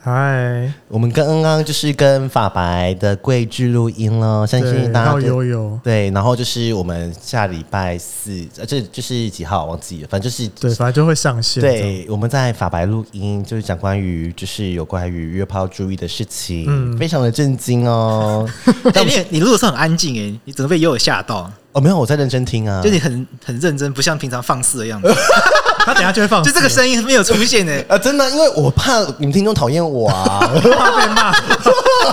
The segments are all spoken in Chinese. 嗨，我们刚刚就是跟法白的桂剧录音了，相信大家到对悠悠，对，然后就是我们下礼拜四，呃，这就是几号忘记了，反正就是对，反正就会上线。对，我们在法白录音，就是讲关于就是有关于约炮注意的事情，嗯非常的震惊哦。 哎、你你录的时候很安静哎，你整个被悠悠吓到，哦，没有，我在认真听啊，就你很很认真，不像平常放肆的样子，哦他等一下就会放就这个声音没有出 现哎。啊，真的，因为我怕你们听众讨厌我啊，话被骂。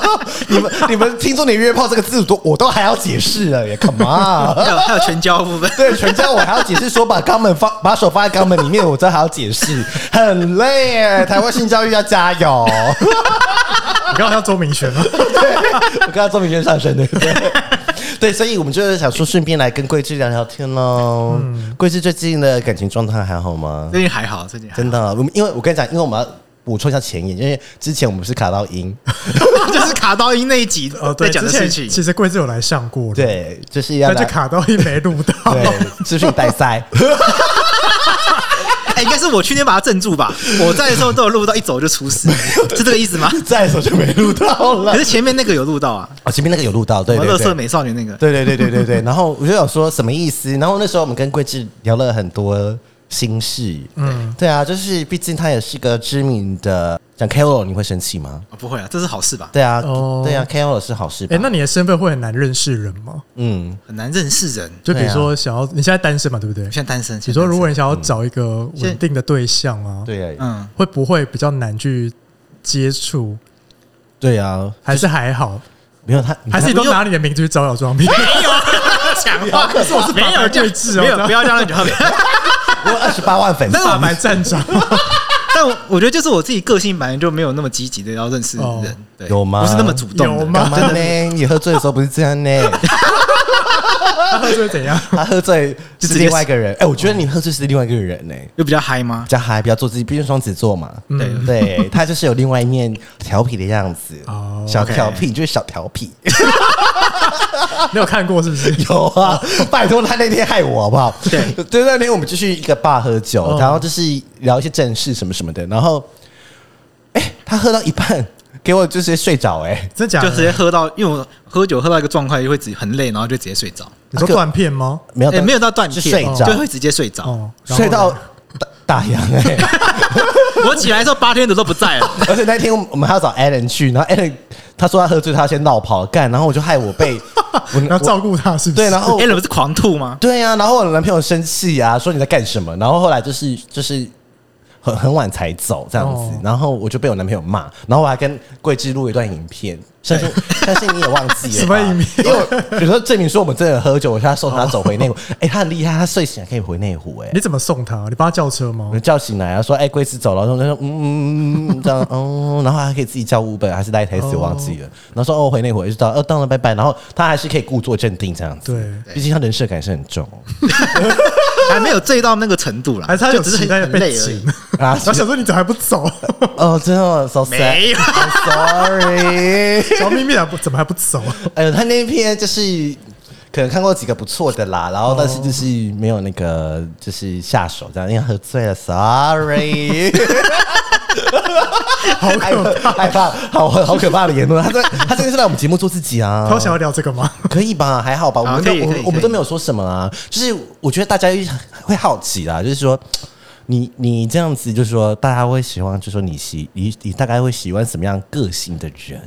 你们你们听众连约炮这个字都我都还要解释了耶，Come on。还有还有全交部分，对，全家我还要解释说把肛门放，把手放在肛门里面，我这还要解释，很累耶。台湾性教育要加 油。你刚好像周明轩吗？我刚刚周明轩上身 的，对对，所以我们就是想说，顺便来跟桂志聊聊天喽。嗯桂志最近的感情状态还好吗？ 最近还好，最近还好真的，我们因为我跟你讲，因为我们要补充一下前言，因为之前我们是卡到音， 就是卡到音那一集哦，在对，讲之的前事情，其实贵子有来上过，，对，就是要但就来卡到一没录到。 对资讯带 塞。哎、应该是我去年把它镇住吧。我在的时候都有录到，一走就 出事，是这个意思吗？在的时候就没录到了可。是前面那个有录到啊，哦，前面那个有录到，对什么对乐对色。美少女那个，对对对对对对，然后我就想说什么意思？然后那时候我们跟桂志聊了很多心事，嗯，对啊，就是毕竟他也是个知名的，讲 KOL 你会生气吗？哦不会啊，这是好事吧？对啊，哦对啊，KOL 是好事吧？哎，那你的身份会很难认识人吗？嗯，很难认识人，就比如对啊说，想要你现在单身嘛，对不对？像单身。你说，如果你想要找一个稳定的对象啊，对啊，嗯， 会不会比较难去接触？对啊，还是还好？没有他， 还是你都拿你的名字去招摇撞骗？没有讲话，可是我是没有白这对样峙哦这没有样不要这样讲话。我二十八万粉丝但，是大我白站长但我我觉得就是我自己个性本来就没有那么积极的要认识人，哦对，有吗不是那么主动有的，吗干嘛呢？你喝醉的时候不是这 样呢？他会怎样？他喝醉就是直接另外一个人。哎，我觉得你喝醉是另外一个人呢，就比较嗨吗比？较嗨，比较做自己，毕竟双子座嘛。对，对他就是有另外一面调皮的样子哦，小 OK 调皮就是小调皮。 你有看过是不是？有啊，拜托他那天害我好不好？对哦对，那天我们就去一个爸喝酒，嗯然后就是聊一些正事什么什么的，然后，哎、他喝到一半给我就是睡着、哎，真假就的？直接喝到，因为我喝酒喝到一个状态，就会直很累，然后就直接睡着，你说断片吗？没有、哎，没有到断就片，睡着，就会直接睡着。哦，然后 睡呢到打打烊、 哎，我起来的时候，八天的都不在 了，而且那天我们还要找 Alan 去，然后 Alan 他说他喝醉，他先闹跑干，然后我就害我被 我然后我照顾他是不是？对，然后哎，你不是狂吐吗？对啊呀、然后我男朋友生气啊，说你在干什么？然后后来就是就是很很晚才走这样子，哦然后我就被我男朋友骂，然后我还跟桂枝录了一段影片，相信 相信你也忘记什了吧么影片因为我有时候证明说我们真的喝酒，我他送他走回内湖， 哎、他很厉害，他睡醒还可以回内湖、哎你。怎么送他？你帮他叫车吗我？叫醒来啊，说哎，桂枝走了，然后他说嗯嗯嗯嗯这样， 哦，然后还可以自己叫 Uber 还是来台词哦忘记了，然后说哦回内湖就知道，哦当了拜拜，然后他还是可以故作镇定这样子，对毕竟他人设感是很重。还没有醉到那个程度啦，还是他就有只是期很待很被累而已请。啊 然后想说你怎么还不走？哦，真的 so 没 sad。有 I'm sorry。 小秘密啊，不怎么还不走？哎呦，他那篇就是可能看过几个不错的啦，然后但是就是没有那个就是下手这样，因为喝醉了，sorry。 好可怕！怕，害怕，好好可怕的言论。他这他真的是来我们节目做自己 啊。他想要聊这个吗？可以吧？还好吧？我好们都可以我啊可以们我可们以都没有说什么啊。就是我觉得大家会好奇啦，就是说你你这样子，就是说大家会喜欢，就是说你喜你你大概会喜欢什么样个性的人？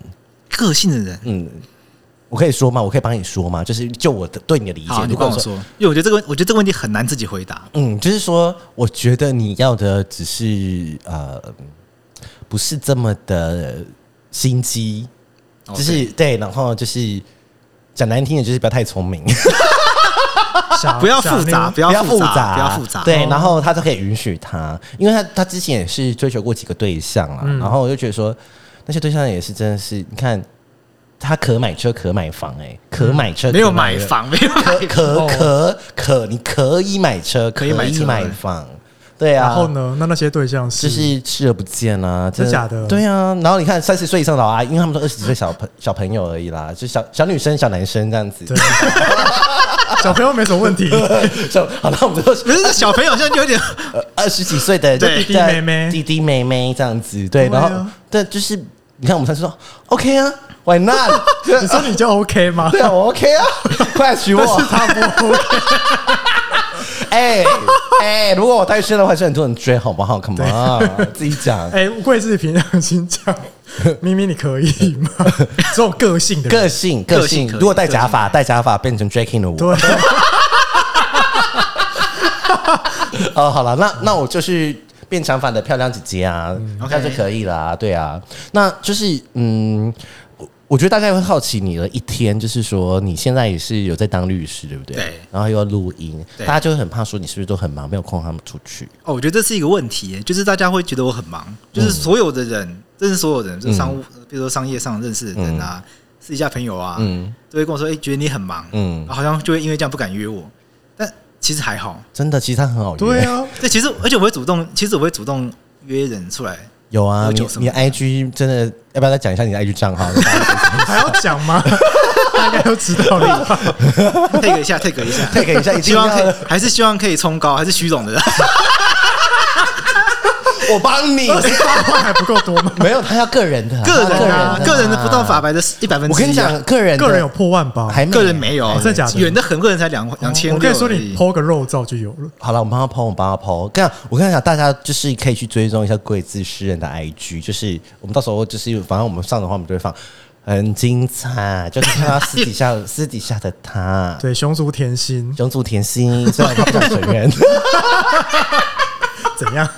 个性的人，嗯，我可以说吗？我可以帮你说吗？就是就我的对你的理解，好，你如帮果我说，因为我觉得这个问，我觉得这个问题很难自己回答。嗯，就是说，我觉得你要的只是呃，不是这么的心机，哦就是对，然后就是讲难听点，就是不要太聪明，傻不要复杂，啊傻妞 不要复复杂，不要复杂。哦对，然后他就可以允许他，因为他他之前也啊嗯是追求过几个对象啦，然后我就觉得说，那些对象也是真的是，你看。他可买车可买房、哎，可买车嗯没有可买人房，没有买可可哦可可，你可以买车，可可以买车买房，对啊。然后？呢？那那些对象就是是视而不见啊，真的假的对啊，然后你看三十岁以上的老啊阿姨，因为他们都二十几岁小朋小朋友而已啦，就小小女生、小男生这样子对。小朋友没什么问题， 就好了，我们就不是那小朋友现在就有点呃二十几岁的对弟就在弟妹妹弟弟妹妹这样子，对，对然啊后但就是你看我们才说 OK 啊，Why not？就你说你就 OK 吗？ 对啊，我 OK 啊，快娶我但！是他不 OK，哎哎，如果我单身的话，还是很多人追，好不好？Come on，自己讲。哎，我贵是凭良心讲，咪咪你可以 吗？这种个性的人个性，个个性性。可以如果戴假发，戴假发变成 Jackie 的我。对，啊哦，好了，那那我就是变长发的漂亮姐姐啊，嗯这样就可以了啊。对啊，那就是嗯，我我觉得大概会好奇你的一天，就是说你现在也是有在当律师，对不对？对然后又要录音，大对家就会很怕说你是不是都很忙，没有空他们出去。哦，我觉得这是一个问题耶，就是大家会觉得我很忙，就是所有的人，认识所有人，就是商务，比如说商业上认识的人啊，私底下朋友啊，嗯都会跟我说，哎，觉得你很忙，嗯然后好像就会因为这样不敢约我，但其实还好，真的，其实他很好约。对，啊，对，其实而且我会主动，其实我会主动约人出来，有啊，喝你酒什么你 IG 真的要不要再讲一下你的 IG 账 号？还要讲吗？大家都知道了吧，配合一下，配合一下， take 一下一定 希望可要以，还是希望可以冲高，还是虚荣的，我帮你。二十八块还不够多吗？没有，他要个人的，个他要人啊，个人个人的不到法。法白的一百分我之一啊，跟你讲，个人的个人有破万吧？还个人没有，真的假的远的很，个人才两两千六，我跟你说，你剖个肉照就有了。好了，我帮他抛，我帮他抛。这样，我跟你讲，大家就是可以去追踪一下贵字诗人的 IG，就是我们到时候就是反正我们上的话，我们就会放很精彩，就是看到私底下私底下的他，对，熊族甜心熊主甜心，虽然他不想承 认，怎样？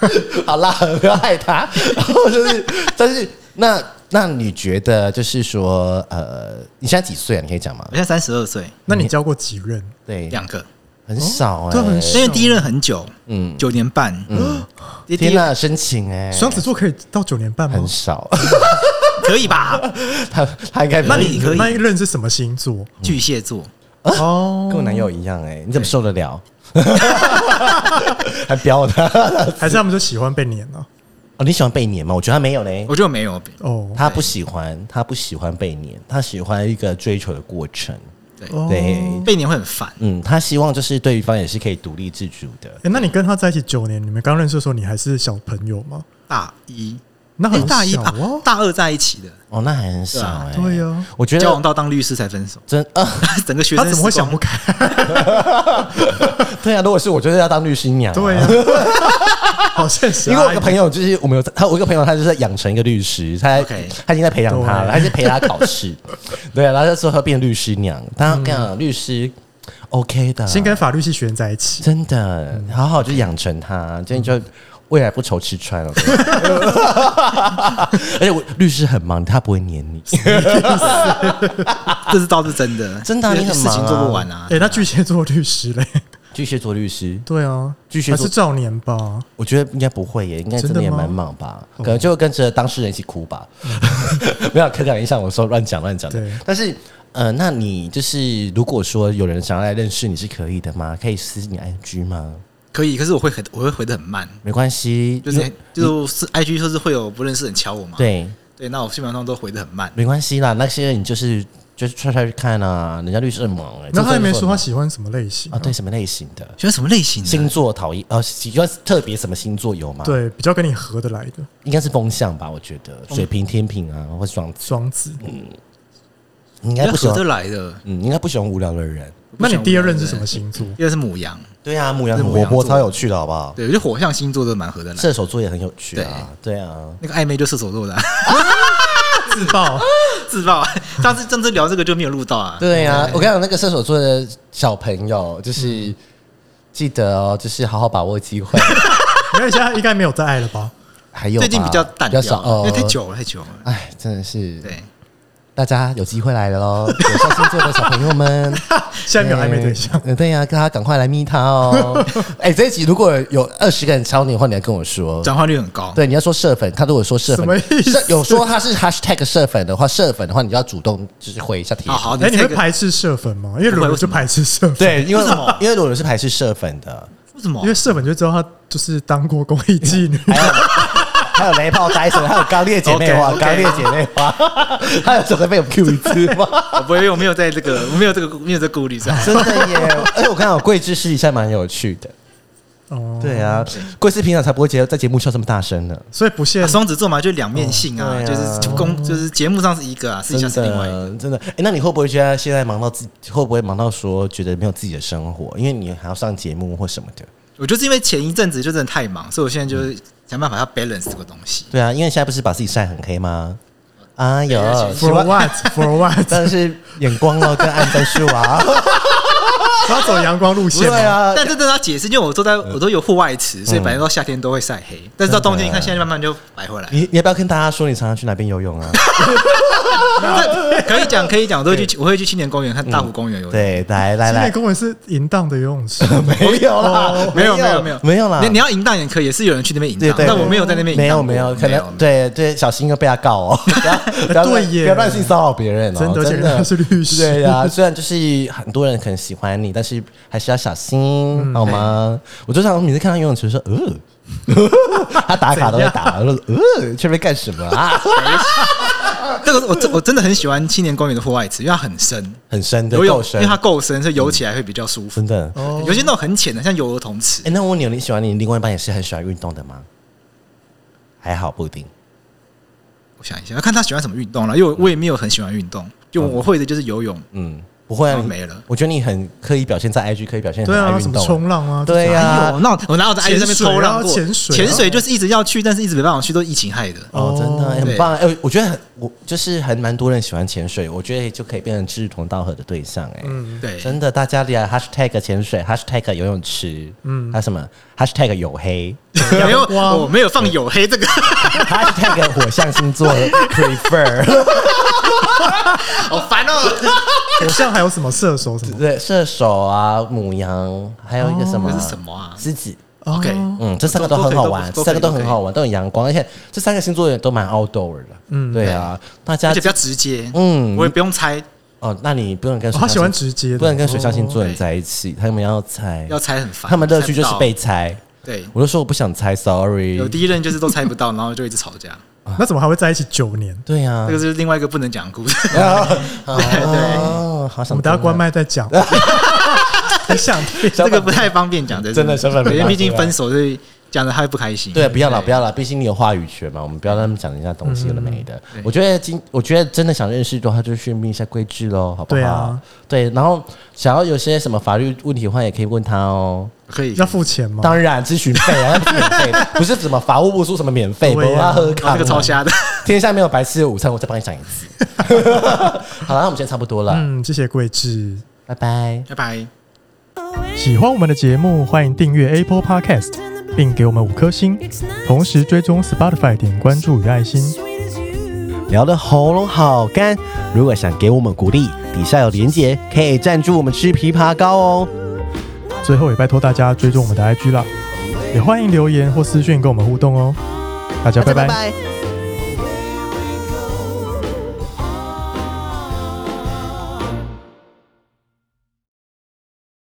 好啦，不要害他。然后就是，但是那那你觉得就是说，呃，你现在几岁啊？你可以讲吗我？现在三十二岁，那你交过几任？对，两个。很少哎、对很少因为第一任很久，嗯嗯，九年半，嗯，第第天一呐，深情哎、双子座可以到九年半吗很？少，可以吧？他他应该不那你可以那一任是什么星座？巨蟹座，哦，跟我男友一样哎、你怎么受得 了？还飙他 还是他们就喜欢被啊撵了？哦！你喜欢被撵吗？我觉得他没有嘞，我觉得没有，哦，他不喜欢，他不喜欢被撵，他喜欢一个追求的过程。对，哦对被你会很烦，嗯，他希望就是对方也是可以独立自主的。诶那你跟他在一起九年，你们刚认识的时候，你还是小朋友吗？大一，那哎很大一小啊哦，，大二在一起的，哦，那还很少哎、对啊我觉交往得，到当律师才分手 真 啊，整个学他生怎么会时光想不？开？对啊，如果是我，就是要当律师娘、对啊， 好现实啊。因为我一个朋友就是我们有他，我有一个朋友他就是在养成一个律师，他 OK 他已经在培养他了，对他是陪他考 试，对啊，然后他说他变律师娘，但他跟你讲律师 OK 的，嗯先跟法律系学员在一起，真的好好就养成他，这样就未来不愁吃 穿了。而且我律师很忙，他不会黏你，这是倒是真的，真的啊因为你很忙事啊情做不完啊诶，。哎那巨蟹座律师 嘞？巨蟹座律师。对啊，巨蟹还座是少年吧？我觉得应该不会耶，应该真真的的也吗哦嗯蛮忙吧，可能就会跟着当事人一起哭吧。 没有，开讲一下，我说乱讲乱讲的对。但是，呃，那你就是如果说有人想要来认识你是可以的吗？可以私你 IG 吗？可以，可是我会很，我会回的很慢，没关系，就因为是就是 IG 说是会有不认识人敲我嘛，对，对，那我基本上都回的很慢，没关系啦。那些人你就是就是踹踹去看啊，人家律师很忙哎。那他也没说这种他很喜欢什么类型忙啊，对，什么类型的喜欢什么类型的？星座讨厌？呃，喜欢特别什么星座有吗？，对，比较跟你合得来的应该是风象吧，我觉得水瓶、天平啊，或双子，双子。嗯你应比该较不喜合欢得，来的。嗯，你应该不喜欢无聊的人。啊那你第二任是什么星座？第二是母羊，对啊，母羊很是母活羊泼，座超有趣的，好不好？对，我觉得火象星座都蛮合得来的。射手座也很有趣啊，对啊，那个暧昧就射手座的啊、自 爆，自爆 啊。上次上次聊这个就没有录到啊。对啊。我跟你讲，那个射手座的小朋友，就是、记得哦，就是好好把握机会。没有，现在应该没有再爱了吧？还有吧最近比较淡比较掉，啊少，因为太哦。久了，太久了。哎，真的是对，大家有机会来了喽！有上星座的小朋友们，下一秒还没对象，嗯对呀、大家赶快来密他哦！哎、这一集如果有二十个人敲你的话，你要跟我说。转化率很高。对，你要说社粉，他如果说社什么粉意，思社有说他是 hashtag 社粉的话，社粉的话，你就要主动就是回一下帖。好好，哎，你这会个排斥社粉吗？因为伦不会伦为就什么排斥社粉，对，因为为什么因为鲁伦是排斥社粉的，为什么因？为社粉就知道他就是当过公益妓女，还有还有雷炮呆神，还有刚烈姐妹 花， OK，OK 刚烈姐妹花， 还有总会被我 Q 一次吗？ 我不会，我没有在这个，我没有这个，没有这个顾虑 在。真的耶！而且我看到桂枝私底下蛮有趣的，哦， 对啊，桂枝平常才不会节在节目笑这么大声呢。所以不限啊双子座嘛，就两面性啊，嗯对就啊是公，就是节目上是一个啊，私真底下是另外一个。的，真的，哎、那你会不会觉得现在忙到自己，会不会忙到说觉得没有自己的生活？因为你还要上节目或什么的。我就是因为前一阵子就真的太忙，所以我现在就是想办法要 balance 这个东西。对啊，因为现在不是把自己晒很黑吗？哎呦，希 for 望 what for what，但是眼光哦跟暗分数 啊，他走阳光路线 对吗，啊，但这跟他解释，因为我都在嗯我都有户外池，所以反正到夏天都会晒黑，但是到冬天，你看现在慢慢就白回来。你你要不要跟大家说你常常去哪边游泳啊？可以讲，可以讲，我都会去，我会去青年公园看大湖公园有。对，来来今来天，公园是淫荡的游泳池， 没有啦， 没有没有没有没有啦你，你要淫荡也可以，也是有人去那边淫对荡，对，但我没有在那边淫荡没有没有，过。可没能对对，小心又被他告 哦，不要不要对乱耶不要乱性骚扰别人哦，真的而且真人的家是律师对呀，虽然就是很多人可能喜欢你，但是还是要小心，嗯好吗？我就想每次看到游泳池说， 呃，他打卡都会打，我说呃，这边干什么啊？这个我真我真的很喜欢青年公园的户外池，因为它很深，很深的游泳够，因深嗯为，它够深，所以游起来会比较舒服。真的。哦有些那种很浅的，像游儿童池哎，，那我问你，你喜欢你另外一半也是很喜欢运动的吗？还好不一定。我想一下，要看他喜欢什么运动了，因为我我也没有很喜欢运动，就我会的就是游泳。嗯，不会啊，然后你没了我觉得你很刻意表现在 IG，刻意表现很对爱啊，什运么动，冲浪啊，对呀、哎呦，那我我哪有在 IG 上面抽浪过？潜水啊潜水啊就是一直要去，但是一直没办法去，都疫情害的。哦，真的、哦哎很对棒！哎、我觉得很，我就是很蛮多人喜欢潜水，我觉得就可以变成志同道合的对象、哎、嗯对，真的，大家来 hashtag 潜水，hashtag 游泳池，嗯，还有什么 hashtag 黝黑 没有，光我没有放黝黑这个， ，hashtag 火象 星座 prefer，好烦 哦。偶像还有什么射手什么对， 射手啊，母羊，还有一个什么、这是什么啊狮子。哦 OK，嗯，这三个都很好玩，三个都很好玩，都很阳光，而且这三个星座也都蛮 outdoor 的。嗯，对啊，大家而且比较直接，嗯嗯，我也不用猜，哦，那你不能跟哦水他象喜欢星直接的，不能跟水象星哦座人在一起，他们要猜，要猜很烦。他们乐趣就是被猜猜。不到对，我就说我不想猜，sorry 有。第一任就是都猜不 到，然后就一直吵架，那怎么还会在一起九年？对啊呀这个，就是另外一个不能讲的故事。哦，好我想们等下关麦再 讲。很想听小这本个不太方便讲的，真的小本本对因拿为毕出竟来分手，所以讲的他会不开心。对，啊不要了，不要了，毕竟你有话语权嘛，我们不要让他们讲人家东西有的没的。对我觉得今，我觉得真的想认识的话，就去问一下规矩喽，好不好？对啊对，然后想要有些什么法律问题的话，也可以问他哦。可以要付钱吗？当然，咨询费啊，要免费的，不是什么法务部说什么免费，不对啊要喝哦咖这个超瞎的。天下没有白吃的午餐，我再帮你讲一次。 好了，那我们现在差不多了，嗯，谢谢桂智。拜拜。拜拜。喜欢我们的节目，欢迎订阅 Apple Podcast，并给我们五颗星，同时追踪 Spotify 点关注与爱心。聊的喉咙好干，如果想给我们鼓励，底下有连结，可以赞助我们吃枇杷膏哦。最后也拜托大家追踪我们的 IG 啦，也欢迎留言或私讯跟我们互动哦。大家拜拜。拜。